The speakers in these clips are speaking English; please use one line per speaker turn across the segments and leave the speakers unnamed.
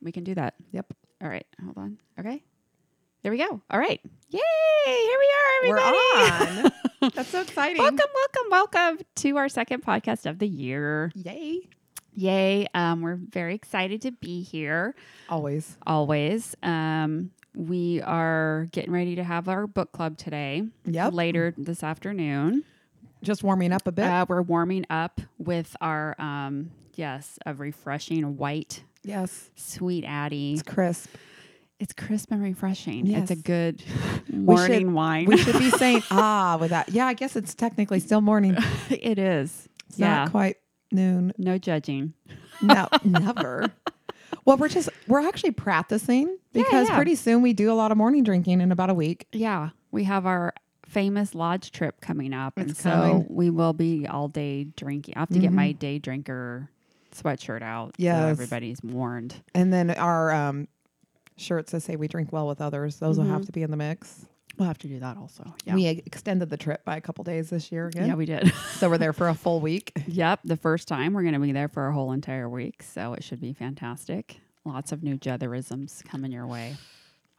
we can do that.
Yep.
All right, hold on. Okay, there we go. All right, yay! Here we are,
We're
everybody.
on. That's so exciting.
welcome, welcome, welcome to our second podcast of the year.
Yay.
Yay! Um, we're very excited to be here.
Always.
Always. Um, we are getting ready to have our book club today.
Yep.
Later this afternoon.
Just warming up a bit.
Uh, we're warming up with our um, yes, a refreshing white
yes.
sweet Addie.
It's crisp.
It's crisp and refreshing. It's a
Yes.
good morning wine.
We should be saying ah with that. Yeah, I guess it's technically still morning.
it is.
It's
yeah.
not quite noon.
No judging.
No, never. Well, we're just we're actually practicing
Yeah,
because
yeah.
pretty soon we do a lot of morning drinking in about a week.
Yeah. We have our famous lodge trip coming Mm-hmm. up. and
It's
so
coming.
we will be all day drinking. I have to get my day drinker sweatshirt out.
Yes.
So everybody's warned.
And then our um shirts that say we drink well with others, those will have to be in the mix.
We'll have to do that also. Yeah.
We e-, extended the trip by a couple days this year again.
yeah, we did.
so we're there for a full week.
Yep, the first time we're going to be there for a whole entire week, so it should be fantastic. Lots of new Jetherisms coming your way.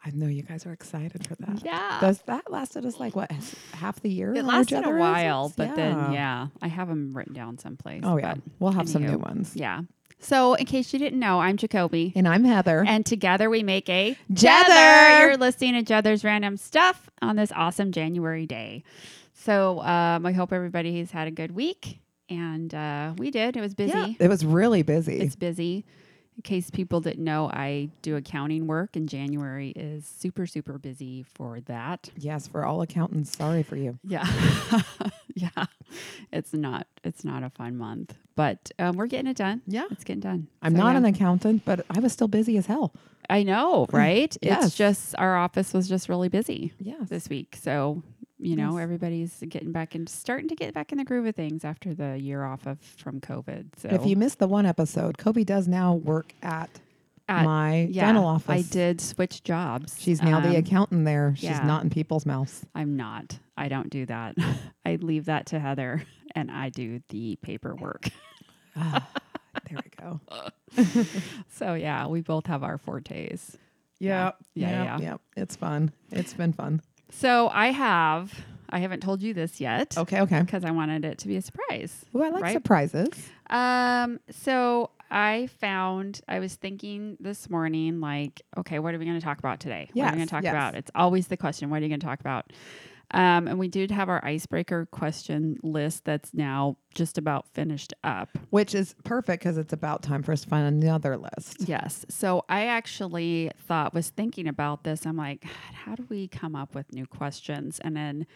I know you guys are excited for that.
Yeah,
Does that lasted us like what half the year?
it
our
lasted a
Jetherisms?
while, but then yeah, I have them written down someplace.
Oh yeah,
but
we'll have some new
anywho.
ones.
yeah. So, in case you didn't know, I'm Jacoby,
And I'm Heather.
and together we make a
Jether!
You're listening to Jether's random stuff on this awesome January day. So, um, I hope everybody has had a good week, and uh, we did. It was busy.
Yeah, it was really busy.
It's busy. In case people didn't know, I do accounting work, and January is super, super busy for that.
yes, for all accountants. Sorry for you.
Yeah, yeah. It's not. It's not a fun month, but um, we're getting it done.
Yeah.
It's getting done.
I'm
So,
not
yeah.
an accountant, but I was still busy as hell.
I know, right?
Mm. Yes.
It's just our office was just really busy
Yes.
this week, so you know
Yes.
everybody's getting back and starting to get back in the groove of things after the year off of from COVID. So
If you missed the one episode, Kobe does now work at,
At-
my
yeah,
dental office.
I did switch jobs.
She's now
Um,
the accountant there. She's
yeah.
not in people's mouths.
I'm not. I don't do that. I leave that to Heather and I do the paperwork.
Ah, there we go.
So yeah, we both have our fortes.
Yeah.
Yeah,
Yeah.
yeah.
yeah. It's fun. It's been fun.
So I have I haven't told you this yet
Okay. Okay.
because I wanted it to be a surprise.
Ooh, I like
Right?
surprises.
Um so I found I was thinking this morning like, okay, what are we going to talk about today? what are
Yes,
we going to talk
yes.
about? It's always the question, what are you going to talk about? Um, and we did have our icebreaker question list that's now just about finished up.
Which is perfect because it's about time for us to find another list.
Yes. So I actually thought, was thinking about this. I'm like, God, how do we come up with new questions? And then,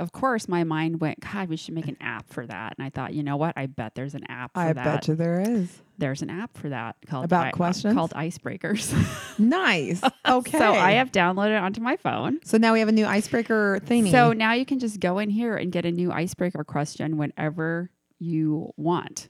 of course, my mind went, God, we should make an app for that. And I thought, you know what? I bet there's an app for
I
that.
bet you there is.
There's an app for that called
About
I- uh,
questions?
called Icebreakers.
Nice. Okay.
so I have downloaded it onto my phone.
So now we have a new icebreaker thingy.
So now you can just go in here and get a new icebreaker question whenever you want.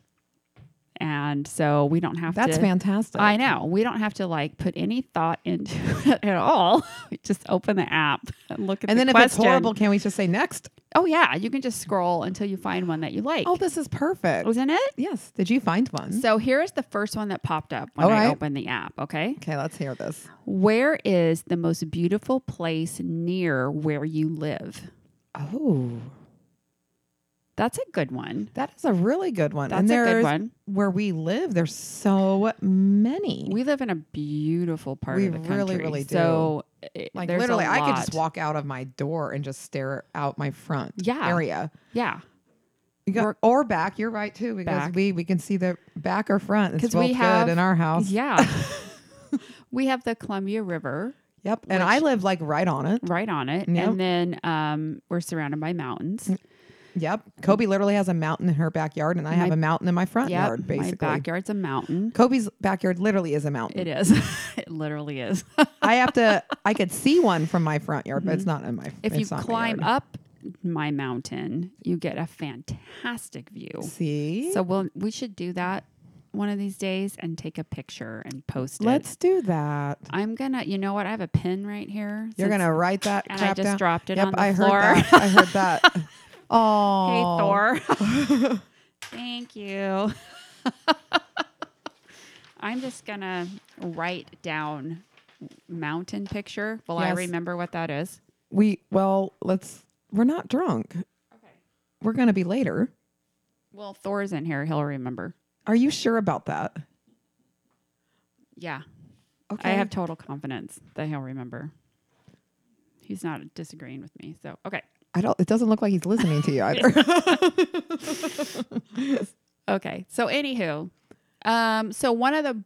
And so we don't have
that's
to
fantastic.
I know. We don't have to like put any thought into it at all. We just open the app and look at
And
the
then if it's
question.
horrible, can we just say next?
Oh yeah, you can just scroll until you find one that you like.
Oh, this is perfect.
wasn't it?
Yes. Did you find one?
So here is the first one that popped up when
All
I
right.
opened the app, okay?
okay, let's hear this.
Where is the most beautiful place near where you live?
Oh,
That's a good one.
that is a really good one.
That's
and
a
there's
good one.
where we live, there's so many.
We live in a beautiful part
We
of the country.
really, really do.
So it-
like
there's a
literally, I could just
lot.
walk out of my door and just stare out my front
Yeah.
area.
Yeah.
You got-
We're-
or back. You're right too, because
Back.
we we can see the back or front. It's
'Cause
both
we have-
good in our house.
Yeah. we have the Columbia River
Yep. And I live like right on it.
right on it.
Yep.
And then um, we're surrounded by mountains.
Yep. Kobe literally has a mountain in her backyard, and I have
My-
a mountain in my front
Yeah.
yard.
My
Basically,
backyard's a mountain.
Kobe's backyard literally is a mountain.
It is. it literally is.
I have to. I could see one from my front yard, but it's not in my.
Mm-hmm. if you
it's not in my
climb
yard.
up my mountain, you get a fantastic view.
see,
So we'll, we should do that one of these days and take a picture and post it.
let's do that.
I'm going to, you know what? I have a pin right here.
You're
since-
gonna write that.
and I
crap
just
down.
dropped it
Yep,
on the
I heard
floor.
that. I heard that.
Hey,
Oh,
Thor. Thank you. All I'm just gonna write down mountain picture. Will I
Yes.
remember what that is?
We well, let's. We're not drunk.
Okay.
We're gonna be later.
Well, Thor's in here. He'll remember.
Are you sure about that?
Yeah,
Okay.
I have total confidence that he'll remember. He's not disagreeing with me. So okay.
I don't. It doesn't look like he's listening to you either.
Okay. So anywho, um, so one of the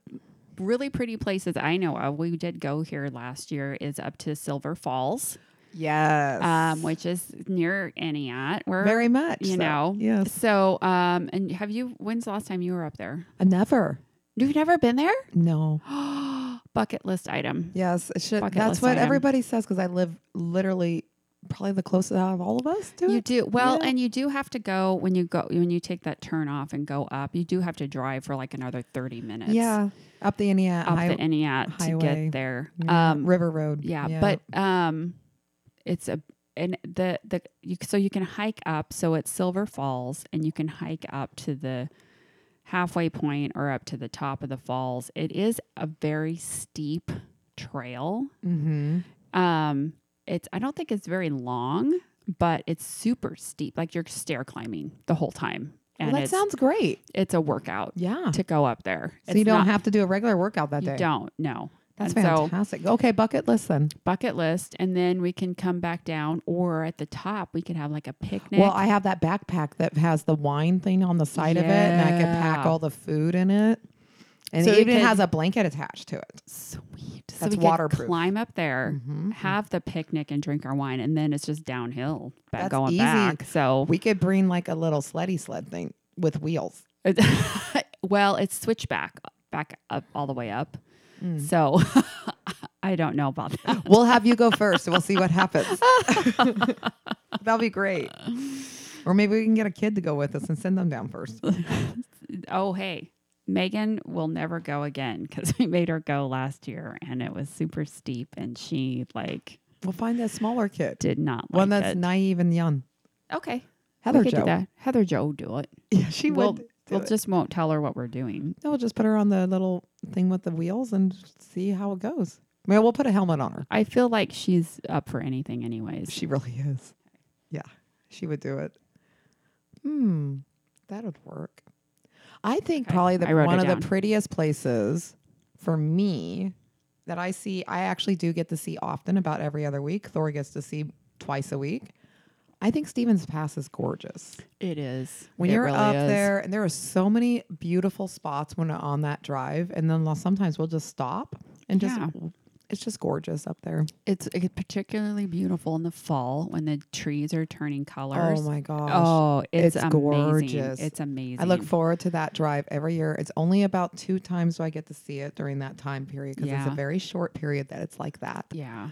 really pretty places I know of, we did go here last year, is up to Silver Falls,
yes.
um, which is near Aniat. Where
Very much.
you
so-
know.
Yes.
So um, and have you? When's the last time you were up there?
Uh, Never.
You've never been there?
No.
Bucket list item.
Yes. It should.
Bucket
that's
list
what
item.
everybody says because I live literally probably the closest out of all of us to
You
it.
do well,
Yeah.
and you do have to go when you go when you take that turn off and go up. You do have to drive for like another thirty minutes.
yeah. Up the Indiana
up
high,
the Eniat to
highway.
get there.
yeah,
Um,
River Road.
yeah, but um, it's a and the the you, so you can hike up. So it's Silver Falls, and you can hike up to the halfway point or up to the top of the falls. It is a very steep trail.
Mhm.
Um, it's I don't think it's very long, but it's super steep. Like you're stair climbing the whole time,
Well,
and
that
it's
sounds great.
it's a workout
Yeah.
to go up there.
So
It's
you don't
not-
have to do a regular workout that
you
day.
don't no.
That's
And so-
fantastic. okay, bucket list then.
bucket list and then we can come back down or at the top we could have like a picnic
Well, I have that backpack that has the wine thing on the side of it, and I can pack
Yeah.
all the food in it. And
So
it
you
even
could-
has a blanket attached to it.
sweet so we
That's
could
waterproof. Mm-hmm,
climb up there have the picnic and drink our wine and then it's just downhill back
That's
going
easy.
back so
We could bring like a little sleddy sled thing with wheels.
well it's switchback back up all the way up
Mm.
so i don't know about that
We'll have you go first. and We'll see what happens. That'll be great. Or maybe we can get a kid to go with us and send them down first.
oh hey megan will never go again because we made her go last year and it was super steep and she like
We'll find a smaller kid,
did not
one
like
that's
it.
naive and young.
okay
Heather
we could
Jo.
do that. Heather Joe will do it.
Yeah, she
we'll
would. do
we'll
it.
just won't tell her what we're doing.
No, we'll just put her on the little thing with the wheels and see how it goes. I mean, we'll put a helmet on her.
I feel like she's up for anything, anyways.
She really is. Yeah, she would do it. Hmm, that would work. I think
Okay,
probably the,
I wrote
one
it
of
down.
the prettiest places for me that I see, I actually do get to see often about every other week. Thor gets to see twice a week. I think Stevens Pass is gorgeous.
it is
When you're up there, and there are so many beautiful spots when on that drive, and then lo- sometimes we'll just stop and just,
Yeah.
it's just gorgeous up there.
It's, it's particularly beautiful in the fall when the trees are turning colors.
Oh my gosh.
Oh, it's,
It's
amazing.
gorgeous.
It's amazing.
I look forward to that drive every year. It's only about two times do I get to see it during that time period because it's
Yeah.
a very short period that it's like that.
Yeah.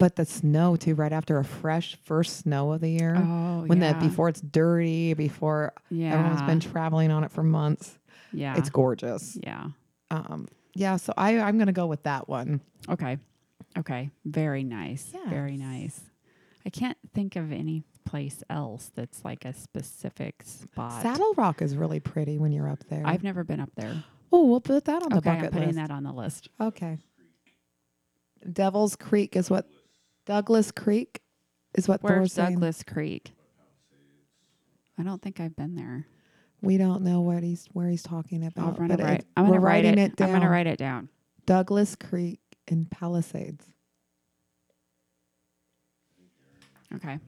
But the snow too, right after a fresh first snow of the year,
Oh,
when
yeah.
that before it's dirty, before
yeah.
everyone's been traveling on it for months,
yeah.
it's gorgeous.
yeah.
Um, yeah, so I I'm gonna go with that one.
Okay. Okay. Very nice. Very
Yes.
nice. I can't think of any place else that's like a specific spot.
Saddle Rock is really pretty when you're up there.
I've never been up there.
oh, we'll put that on the
okay, I'm
bucket
putting
list.
that on the list.
Okay. Devil's Creek is what Douglas Creek is what
Where's
Thor's saying.
Douglas Creek? I don't think I've been there.
We don't know what he's where he's talking about.
I'll run it
Oh, but
right.
it-
I'm gonna
we're
write
writing
it.
down.
I'm gonna write it down.
Douglas Creek and Palisades.
Okay.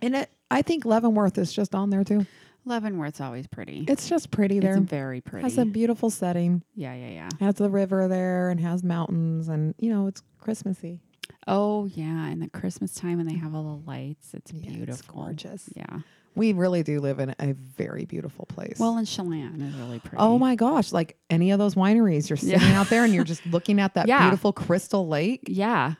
And it, I think Leavenworth is just on there too.
Leavenworth's always pretty.
It's just pretty there.
It's very pretty.
Has a beautiful setting.
yeah, yeah, yeah.
Has the river there and has mountains and you know it's Christmassy.
Oh yeah, and the Christmas time when they have all the lights, it's
Yeah, it's
beautiful.
gorgeous.
Yeah.
We really do live in a very beautiful place.
Well, and Chelan is really pretty.
Oh my gosh! Like any of those wineries, you're
Yeah.
sitting out there and you're just looking at that
Yeah.
beautiful crystal lake.
Yeah.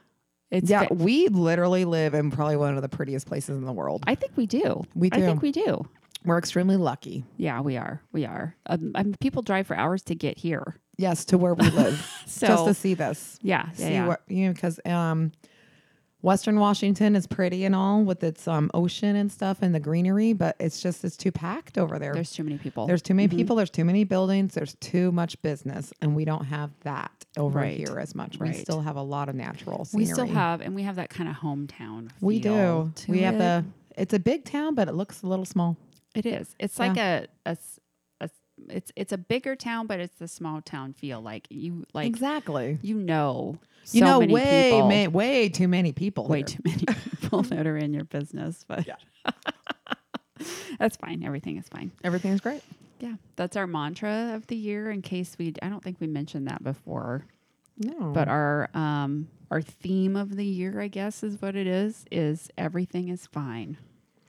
It's.
yeah,
fa-
we literally live in probably one of the prettiest places in the world.
I think we do.
We
I
do.
think we do.
We're extremely lucky.
Yeah, we are. We are. Um, I mean, people drive for hours to get here.
Yes, to where we live,
So
just to see this,
yeah, yeah,
see
yeah.
what you know, because um, Western Washington is pretty and all with its um, ocean and stuff and the greenery, but it's just it's too packed over there.
There's Mm-hmm. too many people.
There's too many people. There's too many buildings. There's too much business, and we don't have that over
Right.
here as much.
Right.
We still have a lot of natural scenery.
we still have, and we have that kind of hometown.
We
feel
do.
to
We have
it.
the. It's a big town, but it looks a little small.
It is. It's like a, a s- a s- it's it's a bigger town, but it's the small town feel. Like you like
exactly.
you know
You
so
know,
many
way
people,
ma- way too many people.
way
here.
too many people that are in your business, but that's fine. Everything is fine.
Everything's great.
Yeah, that's our mantra of the year. In case we, I don't think we mentioned that before,
No,
but our um our theme of the year, I guess, is what it is. Is everything is fine.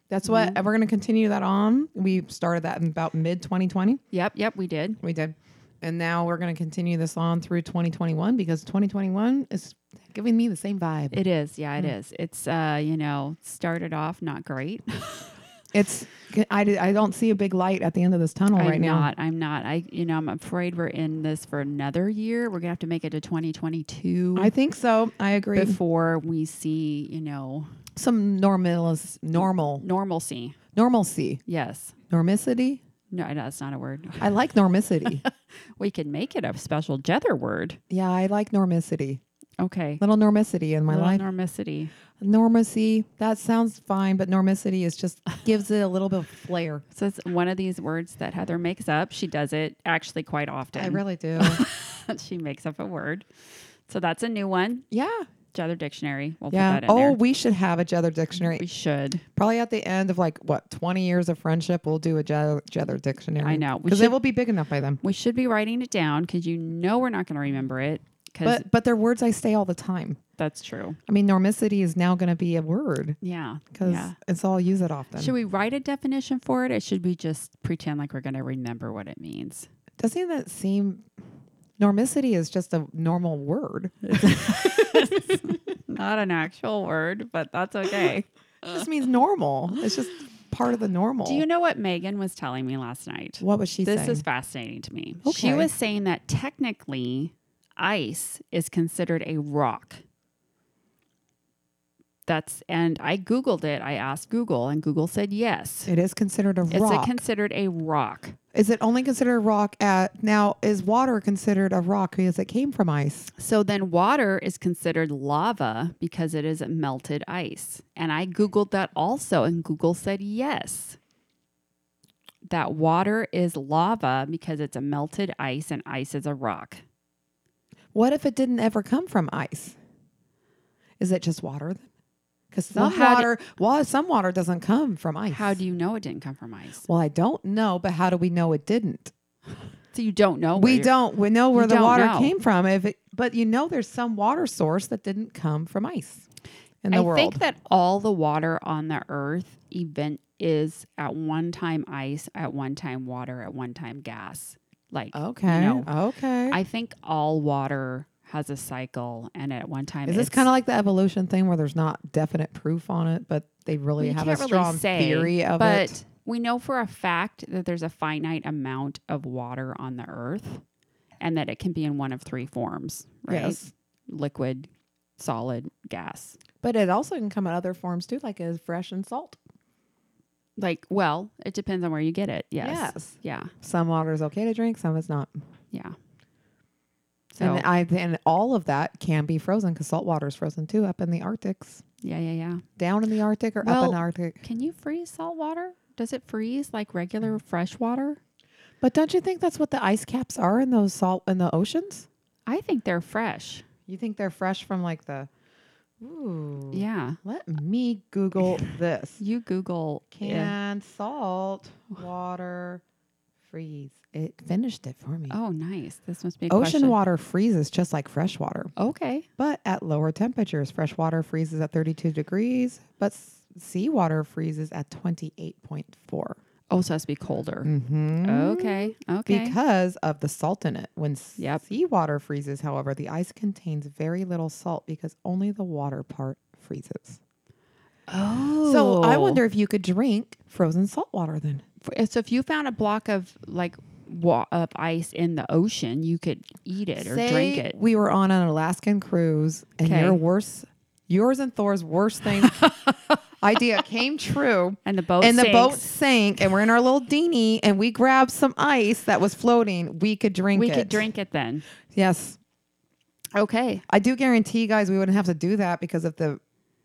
that's what and we're going to continue that on. We started that in about mid 2020.
Yep, yep, we did.
We did, and now we're going to continue this on through 2021 because 2021 is giving me the same vibe.
It is. Yeah,
Mm.
it is. It's uh, you know, started off not great.
Oh, It's I, d- I don't see a big light at the end of this tunnel
I'm
right now.
not. I'm not. I you know, I'm afraid we're in this for another year. We're gonna have to make it to twenty twenty two
I think so. I agree.
before we see, you know,
Some normalis, normal,
normalcy.
normalcy,
Yes.
normicity.
No, I know that's not a word.
I like normicity.
We can make it a special Jether word.
yeah, I like normicity.
Okay.
Little normicity in my
Little
life.
normicity.
normacy. That sounds fine, but normicity is just gives it a little bit of flair.
So it's one of these words that Heather makes up. She does it actually quite often.
I really do.
she makes up a word. So that's a new one.
yeah.
Jether dictionary. We'll
Yeah.
put that in
Oh,
there.
we should have a Jether dictionary.
We should.
Probably at the end of like what twenty years of friendship, we'll do a Jether, Jether dictionary.
I know. We
because it
should-
will be big enough by then.
We should be writing it down because you know we're not going to remember it because
But but they're words I say all the time.
that's true.
I mean, normicity is now going to be a word
Yeah.
because
yeah.
it's all use it often.
Should we write a definition for it or should we just pretend like we're going to remember what it means?
Doesn't that seem? Normicity is just a normal word.
Not an actual word, but that's okay.
It just means normal. It's just part of the normal.
Do you know what Megan was telling me last night?
what was she
this
saying?
is fascinating to me. She
Okay.
was saying that technically ice is considered a rock. That's and I googled it. I asked Google and Google said yes.
it is considered a
It's
rock.
a considered a rock.
is it only considered a rock at now? Is water considered a rock because it came from ice?
So then water is considered lava because it is melted ice. And I Googled that also, and Google said yes. That water is lava because it's a melted ice and ice is a rock.
What if it didn't ever come from ice? Is it just water? Because
Well,
some
how do-
water, well, some water doesn't come from ice.
How do you know it didn't come from ice?
Well, I don't know, but how do we know it didn't?
So you don't know. where
we
you're-
don't. We know where
you
the
don't
water
know.
came from. If it, but you know, there's some water source that didn't come from ice in the
I
world.
think that all the water on the earth event is at one time ice, at one time water, at one time gas. Like
okay.
You know,
okay.
I think all water has a cycle, and at one time,
Is this
it's-
kind of like the evolution thing where there's not definite proof on it, but they really
we
have a
can't
strong
really say,
theory of
but
it?
we know for a fact that there's a finite amount of water on the earth, and that it can be in one of three forms: right,
Yes.
liquid, solid, gas.
But it also can come in other forms too, like as fresh and salt.
Like, well, it depends on where you get it. Yes.
Yes.
Yeah.
Some water is okay to drink, some it's not.
Yeah. So
And I and all of that can be frozen because salt water is frozen too, up in the Arctics,
yeah, yeah, yeah.
down in the Arctic or up in
Well-
the Arctic.
Can you freeze salt water? Does it freeze like regular fresh water?
But don't you think that's what the ice caps are in those salt in the oceans?
I think they're fresh.
You think they're fresh from like the? Ooh.
Yeah.
Let me Google this.
You Google
Can
yeah.
salt water freeze? It finished it for me.
Oh, nice. This must be a
Ocean
question.
water freezes just like fresh water,
Okay.
but at lower temperatures. Fresh water freezes at 32 degrees, but s- seawater freezes at 28.4.
Oh, so it has to be colder.
Mm-hmm.
Okay. Okay.
Because of the salt in it. When s-
Yep.
seawater freezes, however, the ice contains very little salt because only the water part freezes.
oh.
So I wonder if you could drink frozen salt water then.
If, so if you found a block of like wa- of ice in the ocean, you could eat it or drink
Say
it.
We were on an Alaskan cruise, and
Okay.
your worst Yours and Thor's worst thing idea came true.
And the boat
and the boat
sinks.
sank, and we're in our little dinghy, and we grabbed some ice that was floating. We could drink
we
it.
could drink it then.
Yes,
Okay.
I do guarantee, you guys, we wouldn't have to do that because if the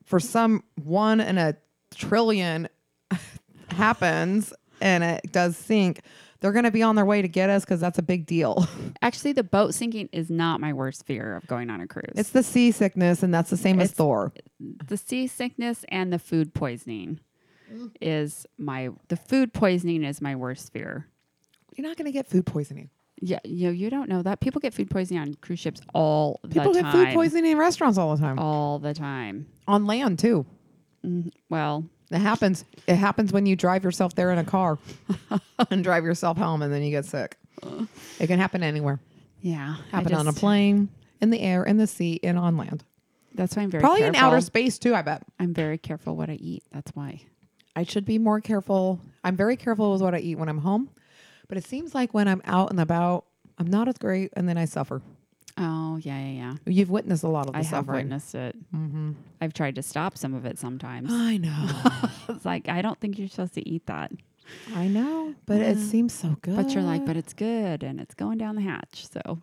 for some one in a trillion happens and it does sink, they're going to be on their way to get us because that's a big deal.
Actually, the boat sinking is not my worst fear of going on a cruise.
it's the seasickness, and that's the same as
It's-
Thor.
the seasickness and the food poisoning
Mm.
is my the food poisoning is my worst fear.
You're not going to get food poisoning.
Yeah, you know, you don't know that people get food poisoning on cruise ships all
People
the
get
time. Oh.
food poisoning in restaurants all the time,
all the time.
on land too.
Well,
It happens. It happens when you drive yourself there in a car and drive yourself home, and then you get sick. It can happen anywhere.
yeah, I
Happen on a
just-
plane, in the air, in the sea, and on land.
That's why I'm very
Probably in outer
careful.
space too. I bet.
I'm very careful what I eat. That's why.
I should be more careful. I'm very careful with what I eat when I'm home, but it seems like when I'm out and about, I'm not as great, and then I suffer.
Oh yeah, yeah, yeah.
You've witnessed a lot of the
I have
suffering.
witnessed it. I've tried to stop some of it sometimes.
I know.
it's like I don't think you're supposed to eat that,
I know, but it seems so good.
but you're like, but it's good and it's going down the hatch. So,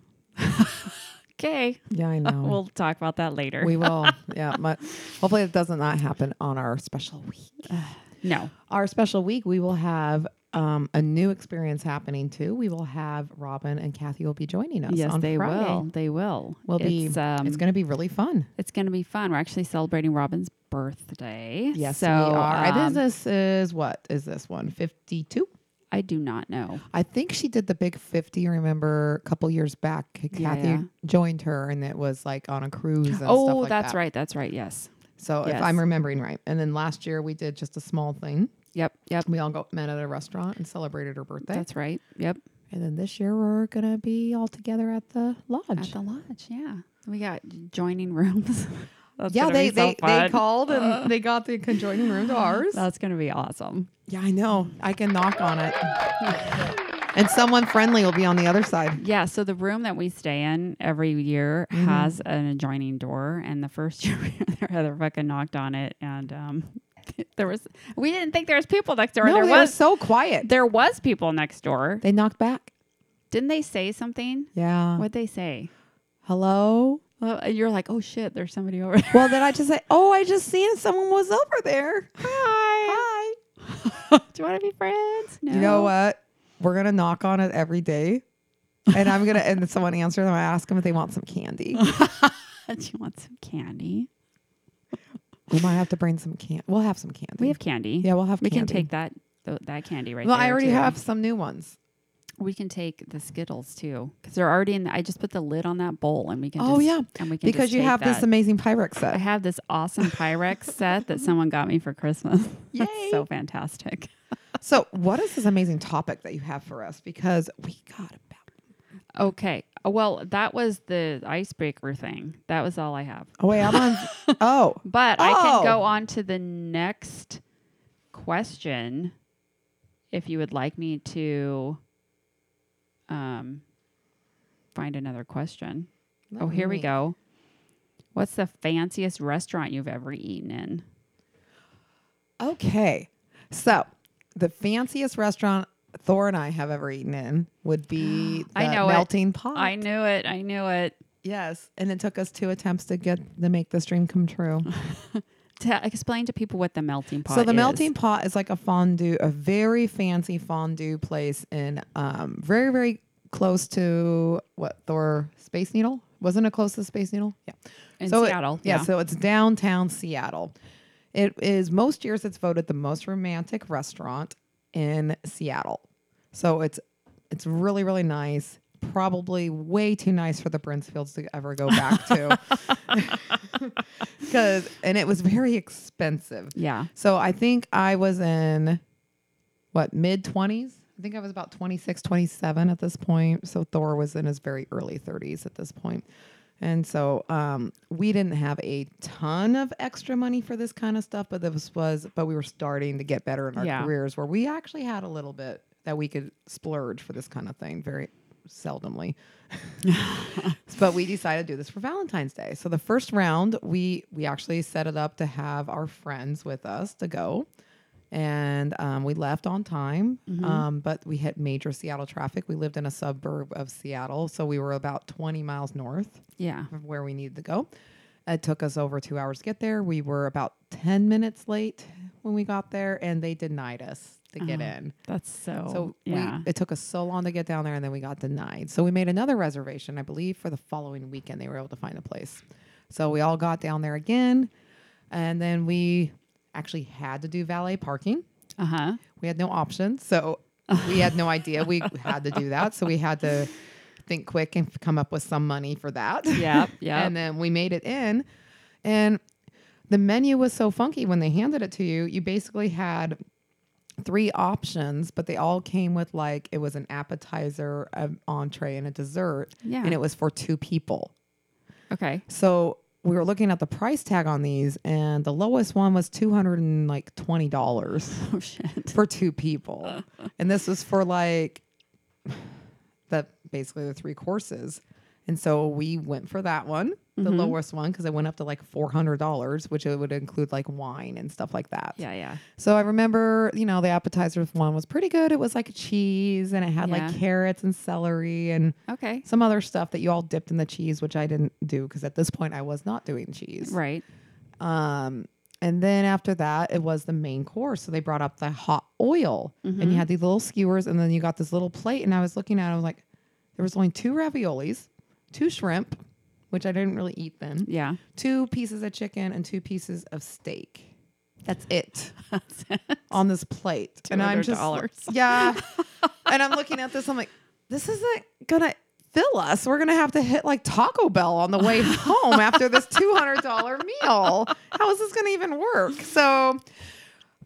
okay,
yeah, I know.
we'll talk about that later.
we will. Yeah. My, hopefully, it doesn't not happen on our special week.
no,
Our special week, we will have um, a new experience happening too. We will have Robin and Kathy will be joining us.
yes,
on
they
Friday.
will. They will.
Will be.
It's, um,
it's going to be really fun.
It's going to be fun. We're actually celebrating Robin's birthday.
Yes,
so
we are. I
um,
think this is what is this one? Fifty-two.
I do not know.
I think she did the big fifty. Remember, a couple years back, Kathy
yeah.
joined her, and it was like on a cruise. And stuff
Oh,
like
that's
that.
right. That's right. Yes.
So
Yes.
if I'm remembering right, and then last year we did just a small thing.
Yep. Yep.
We all got met at a restaurant and celebrated her birthday.
That's right. Yep.
and then this year we're gonna be all together at
At
the lodge.
the lodge. Yeah. We got joining rooms. That's
yeah,
gonna
they
be so
they, they
fun.
called and they got the conjoining room to ours.
That's going to be awesome.
Yeah, I know. I can knock on it. and someone friendly will be on the other side.
Yeah. So the room that we stay in every year has an adjoining door, and the first year we were there, Heather fucking knocked on it, and um, there was we didn't think there was people next door.
no,
there
they were
was
so quiet.
there was people next door.
They knocked back.
Didn't they say something?
Yeah.
What'd they say?
Hello.
Oh. Well, and you're like, oh shit, there's somebody over there.
Well, then I just say, oh, I just seen someone was over there.
Hi.
Hi.
Do you want to be friends? No.
You know what? We're gonna knock on it every day, and I'm gonna and if someone answers them. I ask them if they want some candy.
Do you want some candy?
we might have to bring some candy. We'll have some candy.
We have candy.
yeah, we'll have.
we can
candy.
take that th- that candy right
well,
there.
I already
too.
have some new ones.
We can take the Skittles too because they're already in. The, I just put the lid on that bowl and we can.
Oh,
just-
yeah.
and we can
Because
just
you
take
have this
that.
amazing Pyrex
I
set.
have this awesome Pyrex set that someone got me for Christmas.
Yay.
It's so fantastic.
So, what is this amazing topic that you have for us? Because we got about.
Okay. Well, that was the icebreaker thing. That was all I have.
Oh wait, I'm on. oh,
But I can
Oh.
go on to the next question if you would like me to um, find another question. oh, here we
Alright.
go. What's the fanciest restaurant you've ever eaten in?
Okay. So, the fanciest restaurant Thor and I have ever eaten in would be the
I know it.
melting pot.
I knew it. I knew it.
Yes, and it took us two attempts to get to make this dream come true.
To explain to people what the melting pot
so the
is.
melting pot is like a fondue, a very fancy fondue place in um, very very close to what Thor Space Needle wasn't it close to Space Needle? Yeah,
In
So it-
Seattle,
yeah,
yeah.
so it's downtown Seattle. It is most years it's voted the most romantic restaurant in Seattle. So it's it's really really nice. Probably way too nice for the Brinsfields to ever go back to. Cuz and it was very expensive.
Yeah.
So I think I was in what mid 20s? I think I was about 26, 27 at this point. So Thor was in his very early 30s at this point. And so um, we didn't have a ton of extra money for this kind of stuff, but this was but we were starting to get better in our
Yeah.
careers where we actually had a little bit that we could splurge for this kind of thing. Very seldomly. but we decided to do this for Valentine's Day. So the first round, we we actually set it up to have our friends with us to go, and um, we left on time. Um, but we hit major Seattle traffic. We lived in a suburb of Seattle, so we were about twenty miles north
Yeah.
of where we needed to go. It took us over two hours to get there. We were about ten minutes late when we got there, and they denied us to get in.
That's so.
So
yeah.
we, it took us so long to get down there, and then we got denied. So we made another reservation, I believe, for the following weekend. They were able to find a place. So we all got down there again, and then we actually had to do valet parking.
uh huh.
We had no option, so we had no idea we had to do that. So we had to think quick and come up with some money for that.
Yep. Yep.
And then we made it in. And the menu was so funky when they handed it to you. You basically had three options, but they all came with like it was an appetizer, an entree, and a dessert.
Yeah.
And it was for two people.
okay.
So we were looking at the price tag on these, and the lowest one was two hundred and like twenty dollars
Oh shit.
for two people. and this was for like the basically the three courses. And so we went for that one, the
Mm-hmm.
lowest one, because it went up to like four hundred dollars, which it would include like wine and stuff like that.
Yeah. Yeah.
So I remember, you know, the appetizer one was pretty good. It was like cheese and it had
Yeah.
like carrots and celery and
Okay.
some other stuff that you all dipped in the cheese, which I didn't do because at this point I was not doing cheese.
Right.
Um, and then after that, it was the main course. So they brought up the hot oil, and you had these little skewers, and then you got this little plate. And I was looking at, it, I was like, there was only two raviolis, two shrimp, which I didn't really eat then,
Yeah.
two pieces of chicken, and two pieces of steak. That's it on this plate. And I'm just
$200.
yeah. and I'm looking at this. I'm like, this isn't gonna fill us. We're gonna have to hit like Taco Bell on the way home after this two hundred dollar meal. How is this gonna even work? So.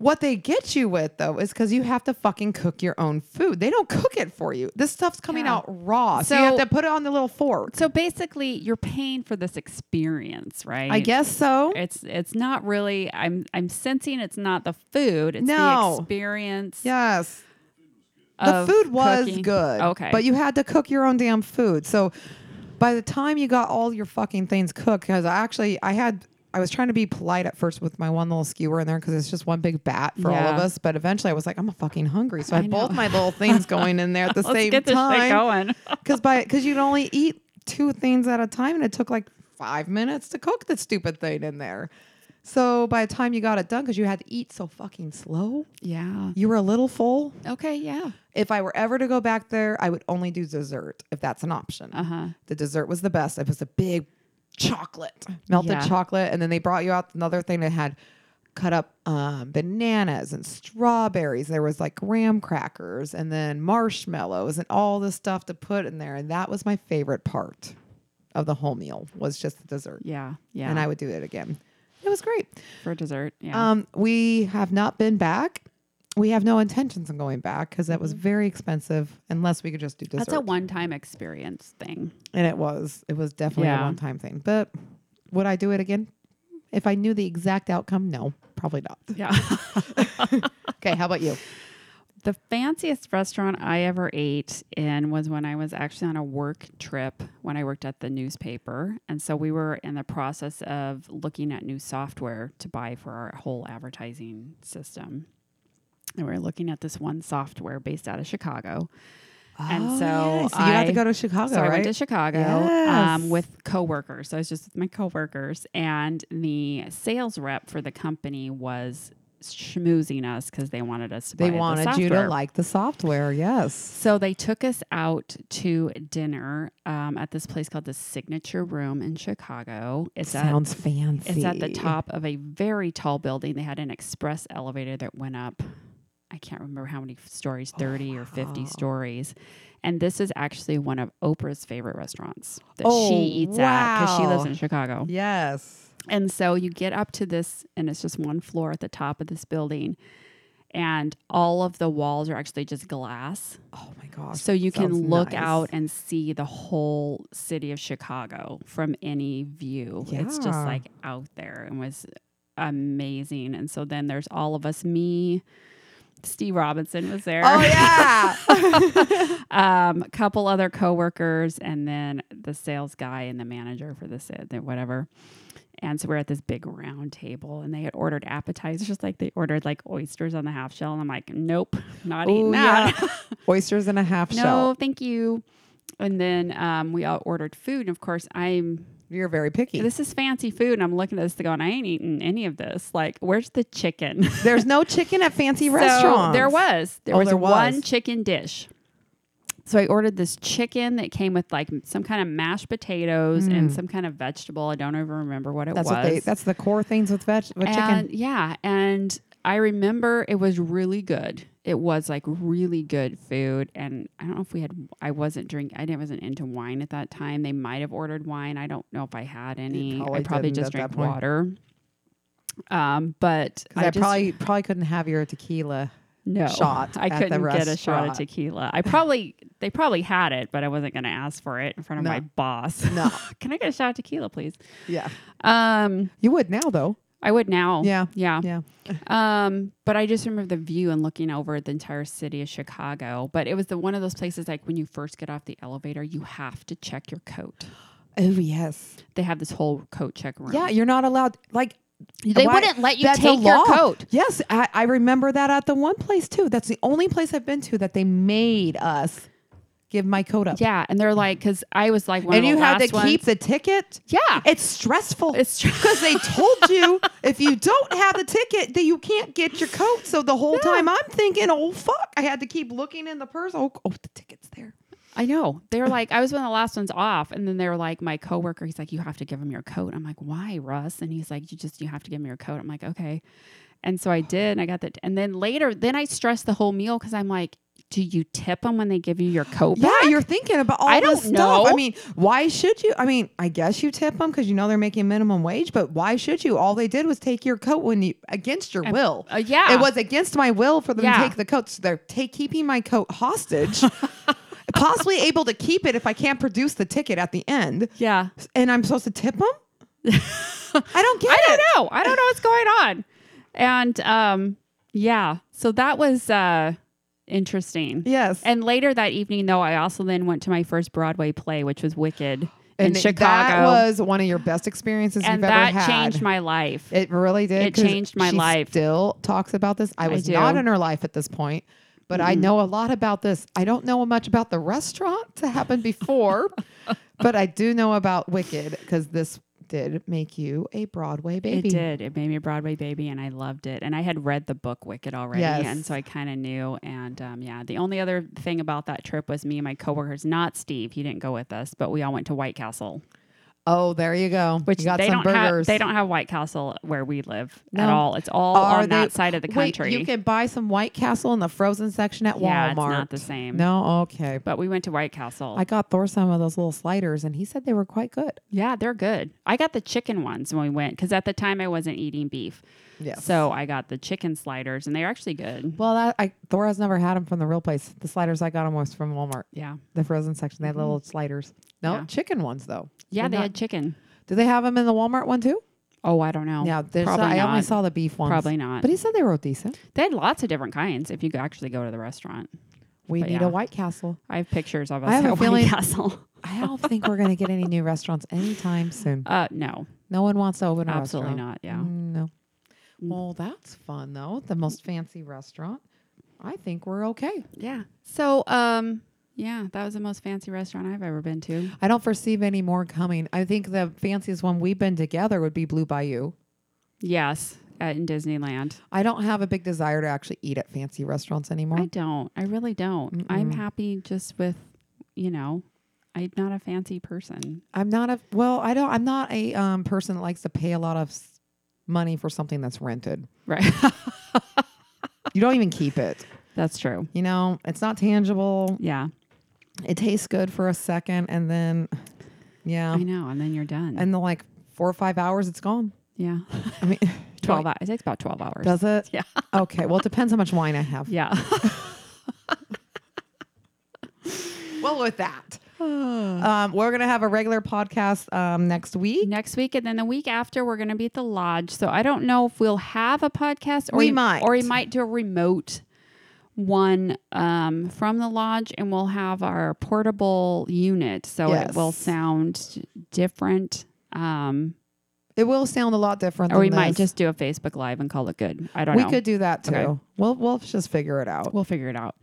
What they get you with though is because you have to fucking cook your own food. They don't cook it for you. This stuff's coming
Yeah.
out raw, so, you have
So-
to put it on the little fork.
so basically, you're paying for this experience, right?
I guess so.
it's it's not really. I'm I'm sensing it's not the food. It's
No.
the experience.
Yes, the
of
food was
cooking.
good.
Okay.
But you had to cook your own damn food. So by the time you got all your fucking things cooked, because I actually I had I was trying to be polite at first with my one little skewer in there because it's just one big bat for all of
Yeah.
us. But eventually I was like, I'm fucking hungry. So I,
I
had both
know.
my little things going in there at the
Let's
same
get this shit
time.
going.
Because by because you'd only eat two things at a time and it took like five minutes to cook the stupid thing in there. So by the time you got it done, because you had to eat so fucking slow,
yeah.
you were a little full
Okay. Yeah.
if I were ever to go back there, I would only do dessert if that's an option.
Uh huh.
The dessert was the best. It was a big chocolate, melted
Yeah.
chocolate, and then they brought you out another thing that had cut up um, bananas and strawberries. There was like graham crackers and then marshmallows and all this stuff to put in there. And that was my favorite part of the whole meal was just the dessert.
Yeah. Yeah.
And I would do it again. It was great.
for dessert. Yeah.
Um, we have not been back. We have no intentions of going back because that was very expensive, unless we could just do dessert.
Mm-hmm. That's a one-time experience thing.
and it was, it was definitely a
Yeah.
one-time thing. But would I do it again? If I knew the exact outcome, no, probably not.
Yeah.
Okay, how about you?
The fanciest restaurant I ever ate in was when I was actually on a work trip when I worked at the newspaper. And so we were in the process of looking at new software to buy for our whole advertising system. And we were looking at this one software based out of Chicago. and
Oh,
so,
yes, you have to
I-
go to Chicago,
so I
right?
went to Chicago
Yes.
um, with coworkers. So I was just with my coworkers, and the sales rep for the company was schmoozing us because they wanted us to.
they
buy
wanted
the
you to
software.
like the software. Yes.
So they took us out to dinner um, at this place called the Signature Room in Chicago. It's at
Sounds fancy.
it's at the top of a very tall building. They had an express elevator that went up. I can't remember how many stories,
Oh,
30 or 50 stories. And this is actually one of Oprah's favorite restaurants that she
Oh,
eats at because she lives
wow.
in Chicago.
Yes.
And so you get up to this, and it's just one floor at the top of this building. And all of the walls are actually just glass.
Oh my gosh.
So you
sounds
can look
nice.
out and see the whole city of Chicago from any view. It's
Yeah.
just like out there and was amazing. And so then there's all of us, me, Steve Robinson was there.
Oh yeah.
um, a couple other coworkers, and then the sales guy and the manager for the sa- the whatever. And so we're at this big round table, and they had ordered appetizers, just like they ordered like oysters on the half shell. And I'm like, nope, not eating
Ooh,
that.
yeah. Oysters and a half
no,
shell.
thank you. And then um, we all ordered food, and of course, I'm
You're very picky.
this is fancy food, and I'm looking at this going, I ain't eating any of this. Like, where's the chicken?
There's no chicken at fancy
So
restaurants.
there was. There
Oh,
was
there was.
one chicken dish. So I ordered this chicken that came with like some kind of mashed potatoes and some kind of vegetable. I don't even remember what it
Mm. That's
was.
what they. That's the core things with veg with
and,
chicken.
Yeah. And I remember it was really good. It was like really good food. And I don't know if we had, I wasn't drink. I didn't, wasn't into wine at that time. They might have ordered wine. I don't know if I had any. I
probably
probably
didn't
just
at
drank
that point.
water. Um, but
Because I,
just-
probably probably couldn't have your tequila.
no
shot
I
at the
couldn't get a shot of
restaurant.
tequila. I probably they probably had it, but I wasn't going to ask for it in front of
No.
my boss.
No.
Can I get a shot of tequila, please?
yeah.
Um,
You would now though.
I would now.
Yeah.
yeah,
Yeah.
Um, but I just remember the view and looking over the entire city of Chicago. But it was the one of those places like when you first get off the elevator, you have to check your coat.
Oh yes.
They have this whole coat check room.
Yeah. You're not allowed. Like
they
why-
wouldn't let you
that's a
take your
law.
coat.
Yes, I, I remember that at the one place too. That's the only place I've been to that they made us give my coat up.
Yeah, and they're like, because I was like one
and
of
you
the
had to
last ones.
keep the ticket.
yeah,
It's stressful.
it's true.
because they told you if you don't have the ticket that you can't get your coat. So the whole time I'm thinking, oh fuck, I had to keep looking in the purse. Oh, oh the ticket's there.
I know. They were like, I was one of the last ones off. And then they were like, my coworker, he's like, you have to give him your coat. I'm like, why, Russ? And he's like, you just, you have to give him your coat. I'm like, okay. And so I did. And I got that. And then later, then I stressed the whole meal because I'm like, do you tip them when they give you your coat
Yeah,
back?
you're thinking about all
I
this
don't
stuff. I
know.
mean, why should you? I mean, I guess you tip them because you know they're making minimum wage, but why should you? All they did was take your coat when you against your will.
Uh, yeah.
It was against my will for them
Yeah.
to take the coat. So they're take, keeping my coat hostage, possibly able to keep it if I can't produce the ticket at the end.
Yeah.
And I'm supposed to tip them? I don't get
I
it.
don't know. I don't know what's going on. And um, yeah. So that was uh, interesting.
Yes.
And later that evening, though, I also then went to my first Broadway play, which was Wicked in
th-
Chicago.
That was one of your best experiences
and
you've
that
ever had.
changed my life.
It really did.
It
'cause
changed my
she
life.
Still talks about this. I was
do.
not in her life at this point, but I know a lot about this. I don't know much about the restaurant that happened before, but I do know about Wicked because this did make you a Broadway
it
baby.
did. It made me a Broadway baby, and I loved it. And I had read the book Wicked already,
Yes.
and so I kind of knew. And um, yeah, the only other thing about that trip was me and my coworkers. Not Steve; he didn't go with us, but we all went to White Castle,
Oh, there you go.
which
you got
they
some
don't have.
burgers.
They don't have White Castle where we live at
No.
all. It's all
Are
on
they-
that side of the country.
Wait, you can buy some White Castle in the frozen section at
yeah,
Walmart.
it's not the same.
No, okay.
But we went to White Castle.
I got Thor some of those little sliders, and he said they were quite good.
yeah, they're good. I got the chicken ones when we went because at the time I wasn't eating beef,
Yes.
so I got the chicken sliders, and they're actually good.
Well, that, I, Thor has never had them from the real place. The sliders I got them was from Walmart,
Yeah.
the frozen section. They had little sliders. No
Mm-hmm. Yeah.
chicken ones though.
Yeah,
They're
they
not-
had chicken.
Do they have them in the Walmart one too?
Oh, I don't know.
yeah, there's.
probably
I only
not.
saw the beef ones.
Probably not.
But he said they were decent.
They had lots of different kinds if you could actually go to the restaurant.
We
But
need
yeah.
a White Castle.
I have pictures of us
I have
at
a
White
feeling-
Castle.
I don't think we're going to get any new restaurants anytime soon.
Uh, no,
No one wants to open a
absolutely not.
restaurant.
Yeah.
Mm, no.
Mm.
Well, that's fun though. The most fancy restaurant. I think we're okay.
Yeah. So, um, yeah, that was the most fancy restaurant I've ever been to.
I don't foresee any more coming. I think the fanciest one we've been together would be Blue Bayou.
Yes, at, in Disneyland.
I don't have a big desire to actually eat at fancy restaurants
I
anymore.
don't. I really don't. I'm
Mm-mm.
happy just with, you know, I'm not a fancy person.
I, am not a well. I don't. I'm not a um, person that likes to pay a lot of s- money for something that's rented.
Right.
You don't even keep it.
That's true.
You know, it's not tangible.
Yeah,
It tastes good for a second, and then yeah,
I know. Um, And then you're done.
and then like four or five hours, it's gone.
yeah.
I mean,
12 hours. It takes about 12 hours.
does it?
Yeah.
Okay. Well, it depends how much wine I have.
yeah.
Well, with that, um, we're gonna have a regular podcast um, next week.
next week and then the week after we're going to be at the lodge so i don't know if we'll have a podcast or
We might.
or we might do a remote one um, from the lodge and we'll have our portable unit so it will
Yes.
sound different um,
It will sound a lot different.
or we
than
might
this.
just do a facebook live and call it good i don't
we
know
could do that too.
Okay.
We'll we'll just figure it out.
we'll figure it out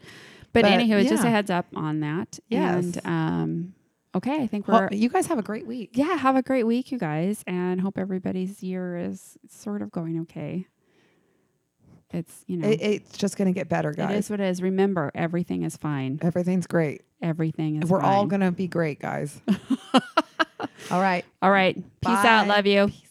but,
But,
anywho it's just a
yeah.
heads up on that
Yes.
and um, okay i think we're
Well, you guys have a great week.
yeah have a great week you guys and hope everybody's year is sort of going okay it's you know
It, it's just going to get better, guys.
it is what it is remember everything is fine
Everything's great.
everything is
We're all
fine.
going to be great, guys. all right.
all right peace out
Bye.
love you
Peace.